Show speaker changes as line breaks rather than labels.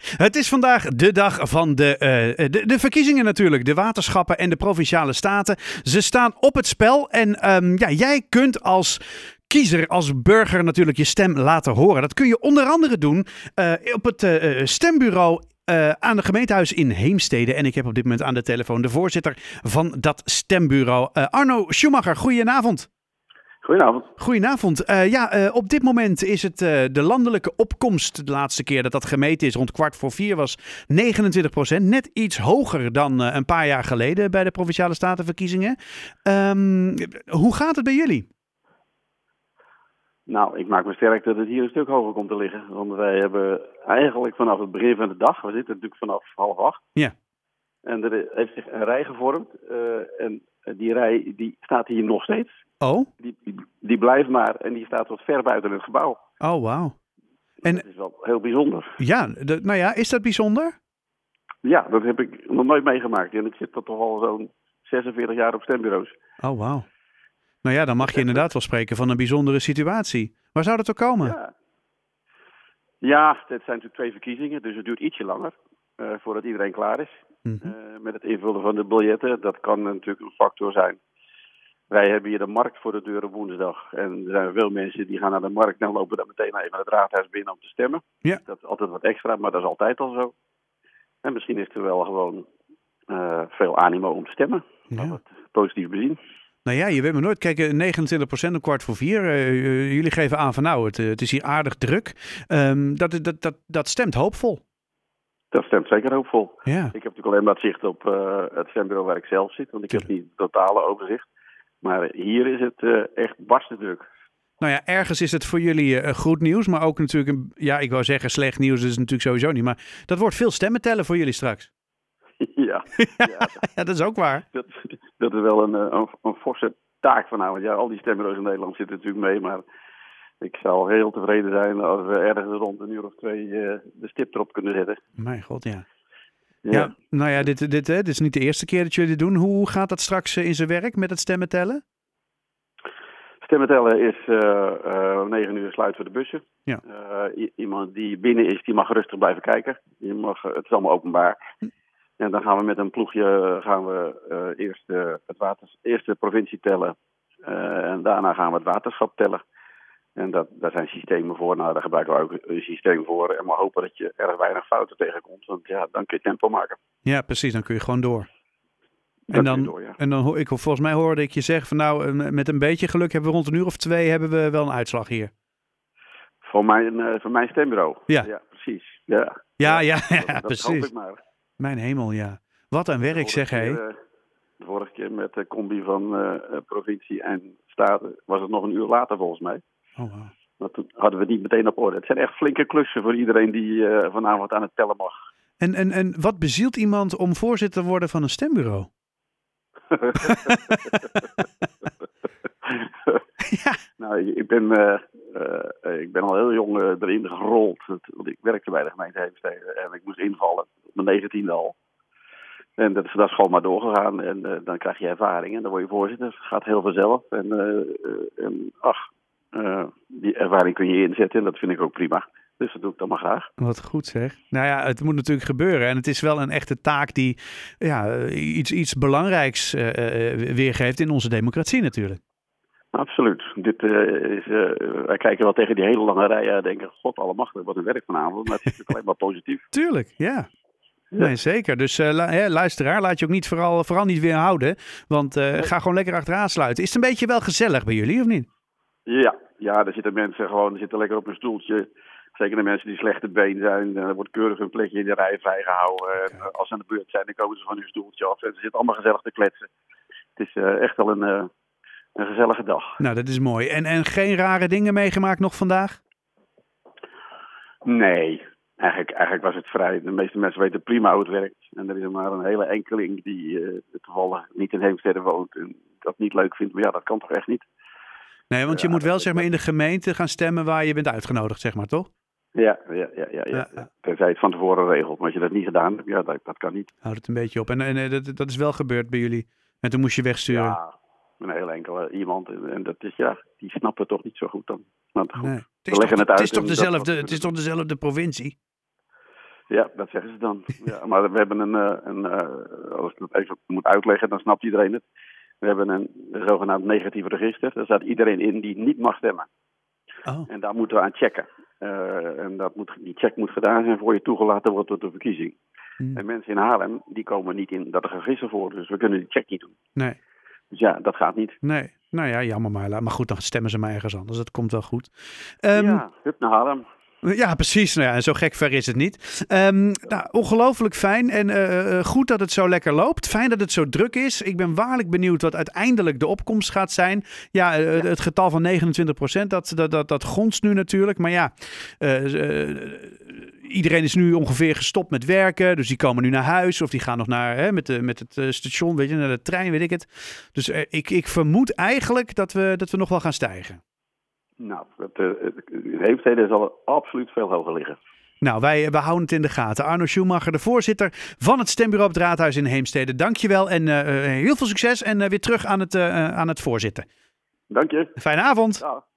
Het is vandaag de dag van de, eh, de, de verkiezingen natuurlijk. De waterschappen en de provinciale staten. Ze staan op het spel. En ehm, ja, jij kunt als kiezer, als burger natuurlijk je stem laten horen. Dat kun je onder andere doen eh, op het eh, eh, stembureau. eh, aan het gemeentehuis in Heemstede. En ik heb op dit moment aan de telefoon de voorzitter van dat stembureau, eh, Arno Schumacher. Goedenavond.
Goedenavond.
Goedenavond. Eh, ja, eh, op dit moment is het eh, de landelijke opkomst, de laatste keer dat dat gemeten is, rond kwart voor vier was 29 procent. Net iets hoger dan eh, een paar jaar geleden bij de Provinciale Statenverkiezingen. Ehm, hoe gaat het bij jullie?
Nou, ik maak me sterk dat het hier een stuk hoger komt te liggen. Want wij hebben eigenlijk vanaf het begin van de dag, we zitten natuurlijk vanaf half acht.
Ja.
En er heeft zich een rij gevormd. eh, en die rij die staat hier nog steeds.
Oh,
Die, die, die blijft maar en die staat tot ver buiten het gebouw.
oh wauw. En-
Dat is wel heel bijzonder.
Ja, de- nou ja, is dat bijzonder?
Ja, dat heb ik nog nooit meegemaakt. En ik zit er toch al zo'n 46 jaar op stembureaus.
Oh wauw. Nou ja, dan mag je inderdaad wel spreken van een bijzondere situatie. Waar zou dat door komen?
Ja. ja, dit zijn natuurlijk twee verkiezingen, dus het duurt ietsje langer eh, voordat iedereen klaar is.
Mhm.
Eh, met het invullen van de biljetten, dat kan natuurlijk een factor zijn. Wij hebben hier de markt voor de deur op woensdag. En er zijn veel mensen die gaan naar de markt, dan lopen dan meteen even naar het raadhuis binnen om te stemmen.
Ja.
Dat is altijd wat extra, maar dat is altijd al zo. En misschien is er wel gewoon eh, veel animo om te stemmen. Laten we het positief bezien.
Nou ja, je weet maar nooit. Kijk, eh, 29% om kwart voor vier. Eh, eh, jullie geven aan van nou, het, eh, het is hier aardig druk. Ehm, dat, dat, dat, dat stemt hoopvol.
Dat stemt zeker hoopvol.
Ja.
Ik heb natuurlijk alleen maar het zicht op eh, het stembureau waar ik zelf zit, want ik heb niet het totale overzicht. Maar hier is het eh, echt barstendruk.
Nou ja, ergens is het voor jullie eh, goed nieuws. Maar ook natuurlijk, een, ja, ik wou zeggen slecht nieuws. Dat is natuurlijk sowieso niet. Maar dat wordt veel stemmen tellen voor jullie straks.
ja, ja
Ja, dat is ook waar.
dat, dat is wel een, eh, een, een forse taak vanavond. Ja, al die stembureaus in Nederland zitten natuurlijk mee, maar ik zou heel tevreden zijn als we ergens rond een uur of twee eh, de stip erop kunnen zetten.
Mijn god, ja. Ja, nou ja, dit, dit, hè, dit is niet de eerste keer dat jullie dit doen. Hoe gaat dat straks eh, in zijn werk met het stemmen tellen?
Stemmen tellen is eh, eh, om negen uur sluiten we de bussen.
Ja.
Eh, i- iemand die binnen is, die mag rustig blijven kijken. Je mag, eh, het is allemaal openbaar.
Hm.
En dan gaan we met een ploegje eh, gaan we, eh, eerst, eh, het water, eerst de provincie tellen. Eh, en daarna gaan we het waterschap tellen. En dat, daar zijn systemen voor. Nou, daar gebruiken we ook een systeem voor. En maar hopen dat je erg weinig fouten tegenkomt. Want ja, dan kun je tempo maken.
Ja, precies. Dan kun je gewoon door.
Dat
En
kun je
dan,
door, ja.
en dan hoor ik, volgens mij hoorde ik je zeggen van nou, eh, met een beetje geluk hebben we rond een uur of twee hebben we wel een uitslag hier.
Voor mijn, eh, voor mijn stembureau.
Ja.
precies. Ja,
Ja, ja, ja,
dat, dat hoop
precies.
ik maar.
Mijn hemel, ja. Wat een werk, zeg hé.
keer, eh, De vorige keer met de combi van eh, eh, provincie en staten was het nog een uur later volgens mij.
Oh, wauw.
Maar toen hadden we die meteen op orde. Het zijn echt flinke klussen voor iedereen die eh, vanavond aan het tellen mag.
en, en, en wat bezielt iemand om voorzitter te worden van een stembureau?
nou, ik- ik ben, eh, eh, ik ben al heel jong eh, erin gerold. Het- Want ik werkte bij de gemeente Heemstede en ik moest invallen. Op mijn negentiende al. En dat is, dat is gewoon maar doorgegaan. En eh, dan krijg je ervaring en dan word je voorzitter. Het gaat heel vanzelf. En, eh, eh, en ach, eh, die ervaring kun je inzetten en dat vind ik ook prima. Dus dat doe ik dan maar graag.
Wat goed zeg. Nou ja, het moet natuurlijk gebeuren. En het is wel een echte taak die ja, eh, iets, iets belangrijks eh, eh, weergeeft in onze democratie natuurlijk.
Absoluut. Dit, eh, is, eh, wij kijken wel tegen die hele lange rij aan en denken, god allemachtig, wat een werk vanavond. Maar het is natuurlijk alleen maar positief.
Tuurlijk, ja. Nee, zeker. Dus eh, lu- hè, luisteraar, laat je ook niet vooral, vooral niet weer houden. Want eh, ga gewoon lekker achteraan sluiten. Is het een beetje wel gezellig bij jullie, of niet?
Ja, ja, daar zitten mensen gewoon, die zitten lekker op een stoeltje. Zeker de mensen die slechte been zijn, eh, er wordt keurig een plekje in de rij vrijgehouden. En, eh, als ze aan de beurt zijn, dan komen ze van hun stoeltje af en ze zitten allemaal gezellig te kletsen. Het is eh, echt wel een, eh, een gezellige dag.
Nou, dat is mooi. En, en geen rare dingen meegemaakt nog vandaag?
Nee, eigenlijk, eigenlijk was het vrij. De meeste mensen weten prima hoe het werkt. En er is er maar een hele enkeling die eh, toevallig niet in Heemstede woont en dat niet leuk vindt. Maar ja, dat kan toch echt niet?
Nee, want je
Ja,
moet wel
dat-
zeg maar in de gemeente gaan stemmen waar je bent uitgenodigd, zeg maar, toch?
Ja, ja, ja, ja.
Ja,
ja.
ja.
Tenzij je het van tevoren regelt. Maar als je dat niet gedaan hebt, ja, dat, dat kan niet.
Houd het een beetje op. En, en eh, dat, dat is wel gebeurd bij jullie. En toen moest je wegsturen.
Ja, een heel enkele iemand. En en dat is, ja, die snappen het toch niet zo goed dan. Want goed,
nee. Het
leggen
toch,
het uit
het is toch
en dat-
dezelfde, het is toch dezelfde provincie?
Ja, dat zeggen ze dan. Ja, maar we hebben een, eh, een eh, als ik dat even moet uitleggen, dan snapt iedereen het. We hebben een zogenaamd negatief register. Daar staat iedereen in die niet mag stemmen.
Oh.
En daar moeten we aan checken. Eh, en dat moet, die check moet gedaan zijn voor je toegelaten wordt tot de verkiezing.
Hmm.
En mensen in Haarlem, die komen niet in dat register voor. Dus we kunnen die check niet doen.
Nee,
Dus ja, dat gaat niet.
nee. Nou ja, jammer maar. laat- Maar goed, dan stemmen ze maar ergens anders. Dat komt wel goed. Ehm,
ja, hup naar Haarlem.
Ja, precies. Nou ja, en zo gek ver is het niet. Ehm, nou, ongelooflijk fijn en eh, eh, goed dat het zo lekker loopt. Fijn dat het zo druk is. Ik ben waarlijk benieuwd wat uiteindelijk de opkomst gaat zijn. Ja, eh, het getal van 29%, dat, dat, dat, dat gonst nu natuurlijk. Maar ja, eh, eh, iedereen is nu ongeveer gestopt met werken. Dus die komen nu naar huis of die gaan nog naar hè, met, de, met het eh, station, weet je, naar de trein, weet ik het. Dus eh, ik, ik vermoed eigenlijk dat we, dat we nog wel gaan stijgen.
Nou, dat, eh, in Heemstede zal er absoluut veel hoger liggen.
Nou, wij, we houden het in de gaten. Arno Schumacher, de voorzitter van het stembureau op het Raadhuis in Heemstede. Dankjewel en eh, eh, heel veel succes en eh, weer terug aan het, eh, eh, aan het voorzitten.
Dank je.
Fijne avond.
Ja.